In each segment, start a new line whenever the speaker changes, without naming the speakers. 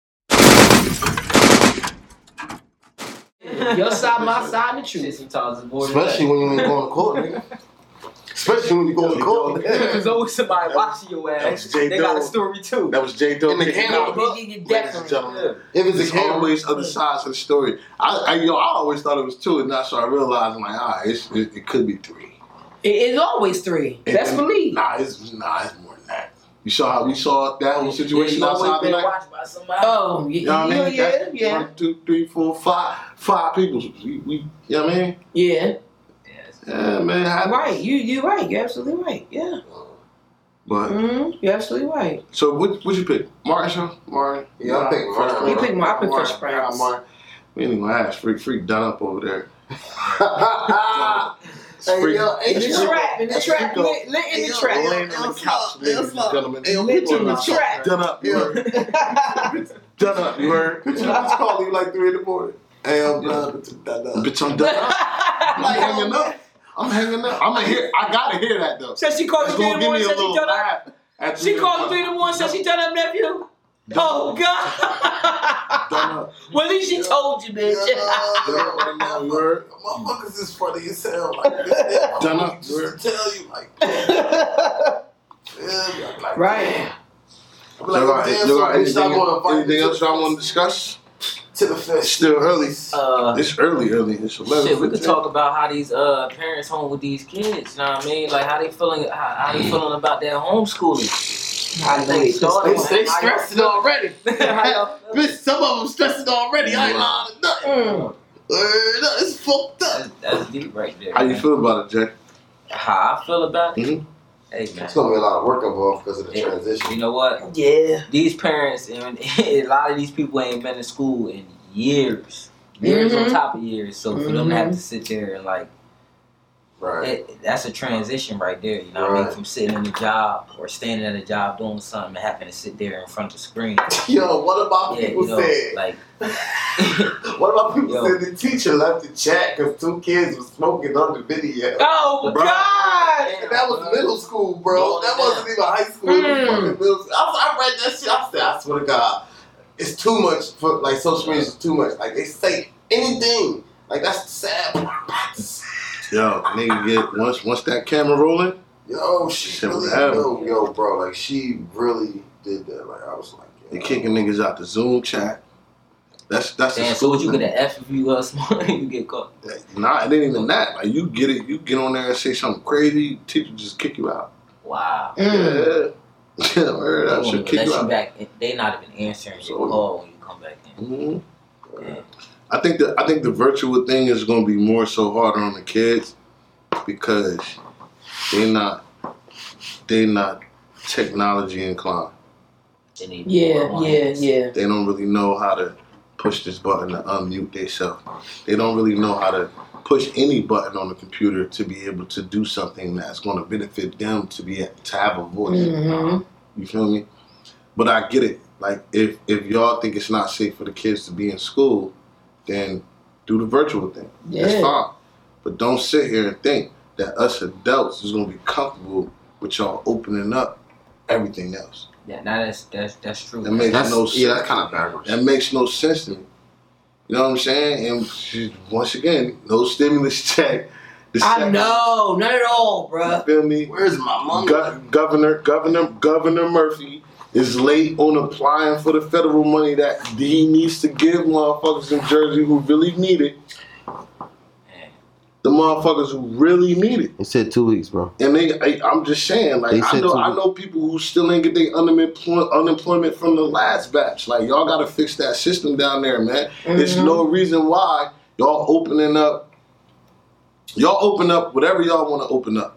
Your side, my side, and the
Shit,
truth.
sometimes it's more than that.
Especially when you ain't going to court, nigga. Especially when you go to court.
There's always somebody watching your ass.
That's J.
They got a
Dole.
story too.
That was J. Doe.
In the
kicking
camera.
out.
Nigga, you
Ladies and
definitely.
gentlemen,
Yeah.
If it's
there's
a camera,
always other sides to the story. I, I, yo, I always thought it was two, and I started realizing, like, all right, it's, it, it could be three.
It is always three.
And-
Best
and-
believe.
Nah, it's nah, it's more than that. You saw how we saw that whole situation
Yeah, you
outside
always
the
been
night.
watched by somebody.
Oh, y-
You know what I
yeah,
mean?
yeah,
That's
yeah,
One, two, three, four, five, five people. We, we, you know what I mean?
yeah.
Yes.
Yeah, man. it happens.
Right, you you right. You're absolutely right. Yeah,
But
hmm you're absolutely right.
so, what what you pick, Marshall? Martin?
Yeah, I pick
Fresh
Martin.
Prince.
You pick Martin, I pick
Martin.
Fresh Prince.
Yeah, Martin. We ain't gonna ask freak freak done up over there.
Hey,
Freak-
yo,
In
ain't
the
you-
trap, in the
That's
trap,
Rico.
lit, lit in the
Yo,
trap.
Laying on the couch,
Yo,
ladies and
yo,
gentlemen.
yo,
Lit in
yo,
the trap.
Done up, you heard. Done up, you heard.
Bitch, I was calling you like three in the morning. Hey, I'm done. Bitch, I'm done. up.
Bitch, I'm done up. I'm
Like,
hanging
oh,
up. I'm hanging up. I'm gonna hear. I gotta hear that though.
So she called
It's
you three in
gonna
the morning.
give me a
Said
little
she done up.
laugh. at the
She
end
called
of
you three in the morning. Said she done up, nephew.
the-
Oh
Done
God.
up.
well, at least she told you, bitch.
Done up right now, you heard.
Motherfuckers is funny as hell. Like, this
Done up, you heard.
just to tell you, like, yeah, like
right.
I'm
Y'all got-
like, damn,
y'all got
bitch, I'm gonna
anything,
fight
anything
you
else y'all want to discuss?
to the
It's
fence.
still early.
Uh,
It's early, early. It's eleven.
Shit, we could talk about how these uh, parents home with these kids. You know what I mean? Like how they feeling? How, how they feeling about their homeschooling? I think
They,
started-
they stressed it already.
How y'all feeling?
Bitch, some of them stressed it already. I ain't lying to nothing.
Mm.
Word up, It's fucked up.
that's, that's deep right there.
How you
man.
feel about it, Jay?
How I feel about it?
Mhm.
Hey man,
It's gonna be a lot of work involved because of the
Yeah.
transition.
you know what?
Yeah.
These parents and a lot of these people ain't been to school in years, years
Mhm.
on top of years. So for them to
Mm-hmm.
have to sit there and like.
Right.
it, that's a transition right there. You know what I mean?
Right.
From sitting in a job or standing at a job doing something and having to sit there in front of the screen.
Yo, what about
Yeah,
people
you know,
said?
like
What about people
Yo.
said the teacher left the chat because two kids were smoking on the video?
Oh
Bruh.
God.
And that was middle school, bro.
Going
That wasn't even high school. It was
Mm.
fucking middle school. I, I read that shit. I said, I swear to God, it's too much. For, like social media is too much. Like they say anything. Like that's the sad part.
Yo, nigga, get once once that camera rolling.
Yo, she
Shit
really,
was happening.
yo, yo, bro. Like she really did that. Like I was like,
They
yo.
kicking niggas out the Zoom chat. That's that's the
damn, so what you
thing.
gonna F if you uh smart you get caught.
Nah, it ain't even that. Like you get it, you get on there and say something crazy, teacher just kick you out.
Wow.
Mm.
Yeah, yeah, word,
They
that
won't
should
even
kick
let
you
you
out.
back in- they not even answering your
So-
call when you come back in.
Mhm.
Yeah.
I think the I think the virtual thing is gonna be more so harder on the kids because they not they not technology inclined.
They need
Yeah.
more
Yeah.
lines.
Yeah.
They don't really know how to push this button to unmute themselves. They don't really know how to push any button on the computer to be able to do something that's gonna benefit them to be to have a voice.
Mm-hmm.
You feel me? But I get it. Like if if y'all think it's not safe for the kids to be in school, then do the virtual thing. That's
Yeah.
fine. But don't sit here and think that us adults is gonna be comfortable with y'all opening up everything else.
Yeah, now that's that's that's true.
That makes
That's,
no sense.
yeah, that's kind of backwards.
That makes no sense to me. You know what I'm saying? And she- once again, no stimulus check. The
I
second-
know. Not at all,
You
bruh.
feel me?
Where's my mom?
Go- Governor Governor Governor Murphy is late on applying for the federal money that he needs to give motherfuckers in Jersey who really need it. The motherfuckers who really need it,
It said two weeks, bro.
and they, I, I'm just saying, like
They
I
said
know,
to-
I know people who still ain't get their unemployment unemployment from the last batch. Like y'all got to fix that system down there, man. There's
Mhm.
no reason why y'all opening up. Y'all open up whatever y'all want to open up,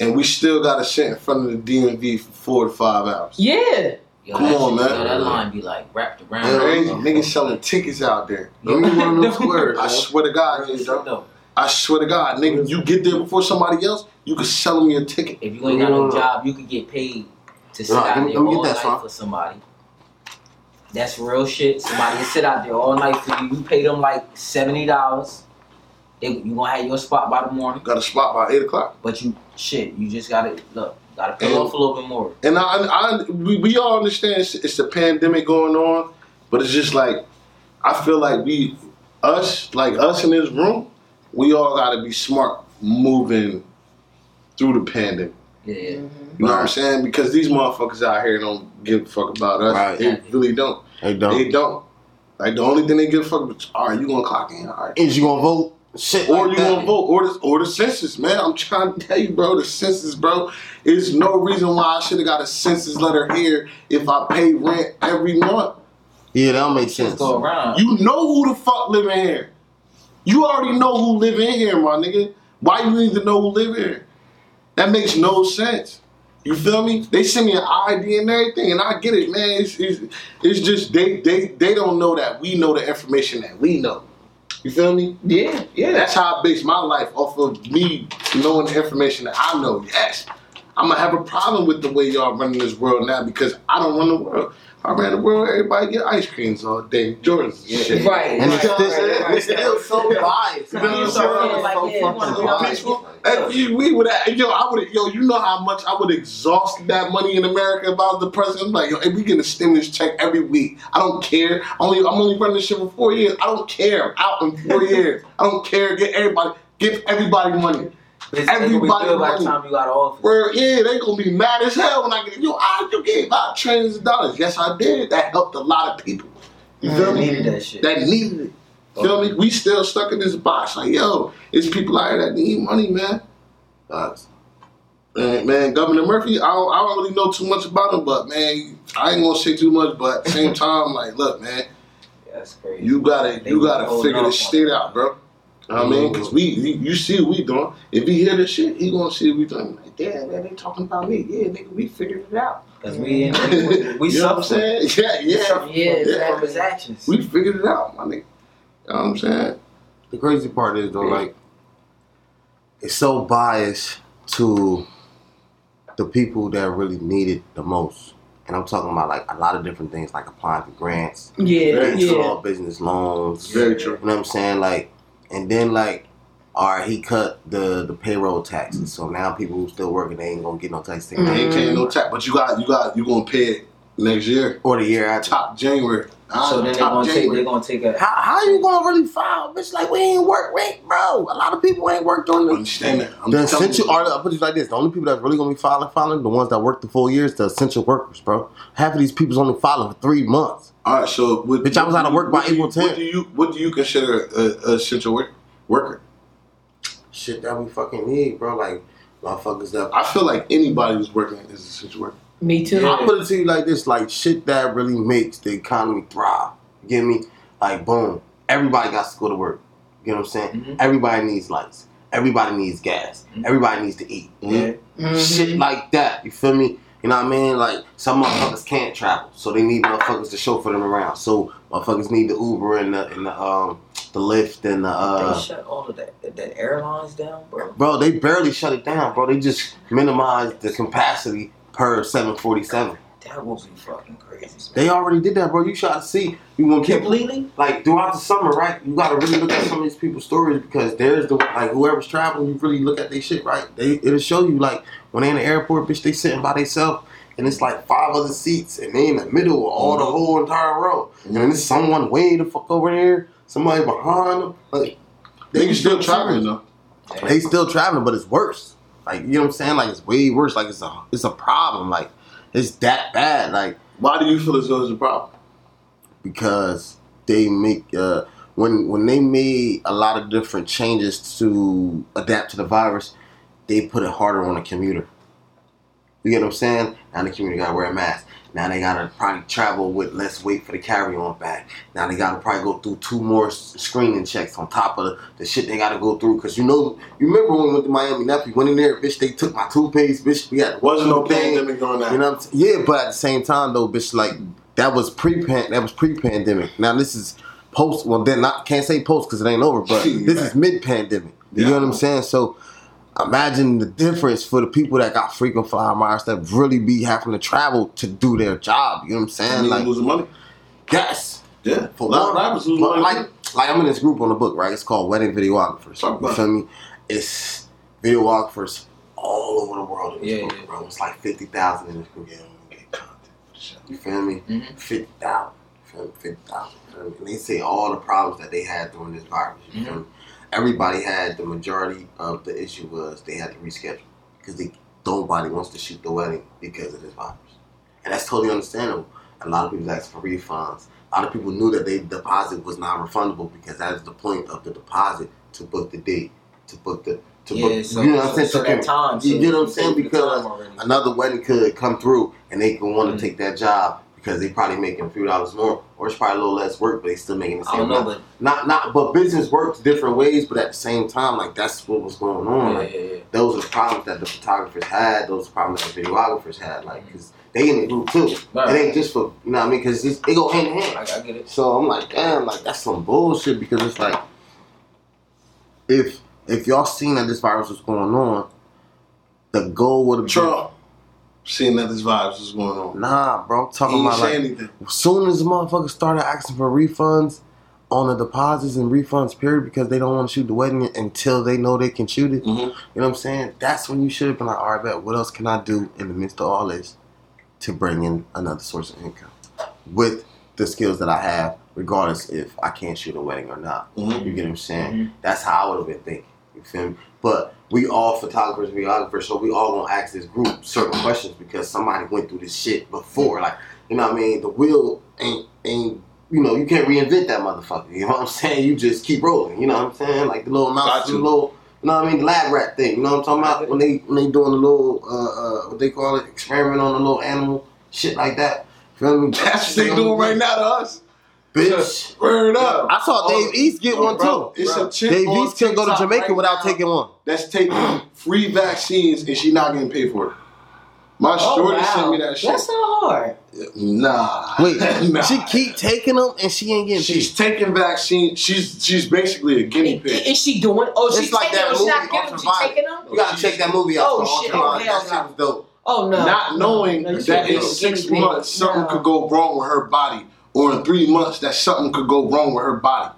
and we still got to sit in front of the DMV for four to five hours.
Yeah.
Yo,
Come
that
on,
shit-
man.
Yo, that line be like wrapped around.
Crazy
Mm-hmm.
niggas selling tickets out there.
Don't even want them squares.
I swear to God,
Real
nigga,
shit, though.
I swear to God, nigga, you get there before somebody else, you can sell them your ticket.
If you ain't got no
Mm.
job, you could get paid to sit
Nah,
out
let me-
there
let me get
all
that,
night
son.
for somebody. That's real shit. Somebody can sit out there all night for you. You pay them like seventy dollars. They you gonna have your spot by the morning,
Got a spot by eight o'clock,
but you shit. You just gotta look. Gotta pay
And-
off a little bit more.
and I, I, we, we all understand it's, it's the pandemic going on, but it's just like I feel like we us, like us in this room, we all gotta be smart moving through the pandemic.
Yeah.
Mm-hmm.
You know what I'm saying? Because these motherfuckers out here don't give a fuck about us.
Right.
They really don't.
Hey, don't.
They don't. Like the only thing they give a fuck about is, all right, you gonna clock in, all right.
Is you gonna vote? Shit.
Or
like
you
that.
gonna vote, or the, or the census, man. I'm trying to tell you, bro, the census, bro. There's no reason why I should have got a census letter here if I pay rent every month.
Yeah, that'll make
Just
sense.
go around.
You know who the fuck live in here. You already know who live in here, my nigga. Why you need to know who live here? That makes no sense. You feel me? They send me an ID and everything, and I get it, man. It's, it's, it's just they, they they don't know that we know the information that we know. You feel me?
Yeah, yeah.
That's how I base my life off of me knowing the information that I know. Yes, I'm gonna have a problem with the way y'all running this world now because I don't run the world. I ran the world. Everybody get ice creams all day, Jordans. and shit.
Right.
And
right,
it's just-
right, right,
It's still so biased.
You know what I'm saying?
Like, yeah, you
So
wanna
fucking
go out
biased.
and And you- we would, yo, I would, yo, you know how much I would exhaust that money in America if I was the president. I'm like, yo, if we get a stimulus check every week, I don't care. Only, I'm only running this shit for four years. I don't care. I'm out in four years. I don't care. Get everybody, give everybody money.
It's gonna be
everybody
good by the
running.
time you got off.
Where yeah, they gonna be mad as hell when I get you. I you gave out trillions of dollars. Yes, I did. That helped a lot of people. You feel
You
me?
Mm-hmm.
needed that shit.
that needed it. Feel me? We still stuck in this box. Like, yo, it's people out here that need money, man. Uh, man, man, Governor Murphy, I don't, I don't really know too much about him, but man, I ain't gonna say too much. But at the same time, like, look, man,
That's crazy.
you gotta, you gotta figure this shit out, bro. You know what I mean, because we, you, you see what we doing. If he hear this shit, he gonna see what we doing. Like, damn, man, they talking about me. Yeah, nigga, we figured it out.
Cause we in, we, we
you know what I'm
suffer.
saying? Yeah,
Yeah,
yeah.
From
exactly.
his actions.
We figured it out, my nigga. You know what I'm saying?
The crazy part is though, like, it's so biased to the people that really need it the most. And I'm talking about like a lot of different things, like applying for grants,
Yeah,
and
yeah.
small business loans.
Very true.
You know what I'm saying? Like, and then like, all right, he cut the the payroll taxes, so now people who still working they ain't gonna get no tax
Mm-hmm.
You
mm
ain't paying no tax, but you got you got you gonna pay it next year,
or the year after.
top January. Ah,
so then they're
top
gonna take they're
January.
gonna take a
How how you gonna really file, bitch? Like we ain't work, wait, bro. A lot of people ain't worked on the
Understand that? I'm
The
telling
essential,
you.
or I'll put it like this: the only people that's really gonna be filing, filing, the ones that work the full years, the essential workers, bro. Half of these people's only filing for three months.
All right, so what,
Bitch, I was out of work by
what do you-
April 10th.
What do you what do you consider a, a essential work, worker?
Shit that we fucking need, bro. Like motherfuckers that.
I feel like anybody who's working is an essential worker.
Me too.
I put it to you like this: like shit that really makes the economy thrive. You get me? Like boom, everybody got to go to work. You know what I'm saying?
Mhm.
Everybody needs lights. Everybody needs gas.
Mhm.
Everybody needs to eat.
yeah.
Mhm.
shit like that. You feel me? You know what I mean? Like some motherfuckers can't travel, so they need motherfuckers to chauffeur them around. So motherfuckers need the Uber and the and the um the Lyft and the
they
uh.
shut all of that that airlines down, bro.
Bro, they barely shut it down, bro. They just minimized the capacity per 747.
That would be fucking crazy.
They already did that, bro. You try to see. You gonna keep
Completely?
like throughout the summer, right? You gotta really look at some of these people's stories because there's the like whoever's traveling, you really look at their shit, right? They it'll show you like when they in the airport, bitch, they sitting by themselves and it's like five other seats and they in the middle of all the whole entire row. And then there's someone way the fuck over there, somebody behind them. Like
They can still traveling though.
They still traveling, but it's worse. Like you know what I'm saying? Like it's way worse. Like it's a it's a problem. Like it's that bad. Like
Why do you feel as though it's a problem?
because they make uh, when when they made a lot of different changes to adapt to the virus, they put it harder on the commuter. You get what I'm saying? Now the commuter gotta wear a mask. Now they gotta probably travel with less weight for the carry-on bag. Now they gotta probably go through two more s- screening checks on top of the, the shit they gotta go through. Cause you know, you remember when we went to Miami, nephew went in there, bitch. They took my toothpaste, bitch. We had
Wasn't no
thing.
pandemic going
You
on.
know what I'm saying? Yeah, but at the same time though, bitch, like that was pre that was pre pandemic. Now this is post. Well, then not can't say post because it ain't over, but this is mid pandemic. You know what I'm saying? So imagine the difference for the people that got frequent flyer miles that really be having to travel to do their job. You know what I'm saying?
And like,
Like
losing money.
yes,
Yeah,
for
a lot of
one,
rappers losing
but
money.
like like I'm in this group on the book, right? It's called Wedding Videographers.
Talk about
You
it.
feel me? It's videographers all over the world in this
Yeah,
group,
yeah.
bro. It's like fifty thousand in this group. Yeah, we get content. You feel me?
Mhm.
Fifty thousand. $50,000. And they say all the problems that they had during this virus. You
Mm-hmm.
feel me? Everybody had the majority of the issue was they had to reschedule because they, nobody wants to shoot the wedding because of this virus, and that's totally understandable. A lot of people asked for refunds. A lot of people knew that their deposit was non-refundable because that is the point of the deposit to book the date, to book the to
Yeah,
book.
so,
you know what I'm
so,
saying?
so
To
that time. So
you get what I'm
you
saying?
take the time
Because
already.
another wedding could come through and they could want to
Mhm.
take that job because they probably making a few dollars more or it's probably a little less work but they still making the
I
same
don't know,
amount.
but
Not not but business works different ways but at the same time like that's what was going on.
yeah,
Like
yeah, yeah.
those are the problems that the photographers had, those are the problems that the videographers had like
Mm.
cuz they in the group too.
Nah,
It ain't just for you know what I mean cuz it go hand in hand.
I, I get it.
So I'm like, damn, like that's some bullshit because it's like,
If if y'all seen that this virus was going on, the goal would have been
Trump, seeing that his vibes was going on.
Nah, bro, I'm
He
talking
didn't
about
say
like
anything.
soon as motherfuckers started asking for refunds on the deposits and refunds period because they don't want to shoot the wedding until they know they can shoot it.
Mhm.
You know what I'm saying? That's when you should have been like, all right, bet what else can I do in the midst of all this to bring in another source of income with the skills that I have, regardless if I can't shoot a wedding or not.
Mhm.
You get what I'm saying?
Mhm.
That's how I would have been thinking.
you feel me? But we all photographers, videographers, so we all gonna ask this group certain questions because somebody went through this shit before. Like, you know what I mean? The wheel ain't ain't you know, you can't reinvent that motherfucker. You know what I'm saying? You just keep rolling. You know what I'm saying? Like the little mouse,
Got
the
you.
little, you know what I mean? The lab rat thing. You know what I'm talking about? When they when they doing the little uh, uh what they call it experiment on the little animal shit like that. Feel me?
That's what they doing right now to us.
bitch.
Word up.
I saw Dave East get one
Bro,
too.
it's a chick
Dave
on
East can go to
TikTok
Jamaica
right
without
now
taking one.
That's taking free vaccines and she not getting paid for it. My
Oh,
shorty
wow.
sent me that shit.
That's not hard.
nah.
Wait,
nah.
she keep taking them and she ain't getting paid.
She's taking vaccine. She's she's basically a guinea
Is,
pig.
is she doing? Oh,
It's
she's
like
taking
that
them. She's
movie,
not getting them. She's
Ultraviolet.
taking them.
You gotta check that movie out.
Oh,
so
shit.
Ultraviolet.
Hell
That shit was dope.
Oh no.
Not knowing
No, you
that
can't
in
do it.
six
No.
months something could go wrong with her body, or in three months that something could go wrong with her body.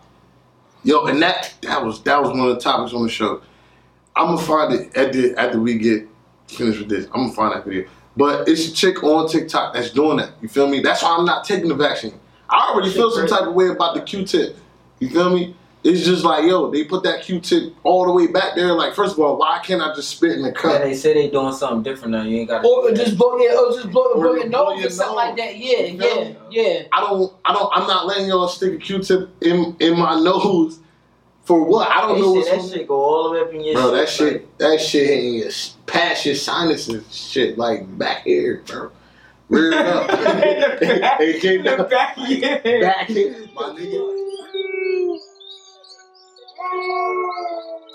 Yo, and that that was that was one of the topics on the show. I'm gonna find it at the after we get finished with this. I'm gonna find that video. But it's a chick on TikTok that's doing that. You feel me? That's why I'm not taking the vaccine. I already feel some type of way about the Q-tip. You feel me? It's just like yo, they put that Q-tip all the way back there. Like, first of all, why can't I just spit in the
Yeah,
cup?
they say they doing something different now. You ain't got.
Or just blow your, or just blow,
Or
blow
just
your
blow
nose
your
or something
nose.
like that. Yeah,
You feel
yeah, yeah.
I don't, I don't, I'm not letting y'all stick a Q-tip in in my nose for what? I don't
They
know
say
what's
that
on-
shit go all the way up in your
bro. That
like-
shit, that shit in your s- past your sinuses, shit like back here, bro. Rear up, it came down
back, yeah.
back here, my nigga.
Thank you.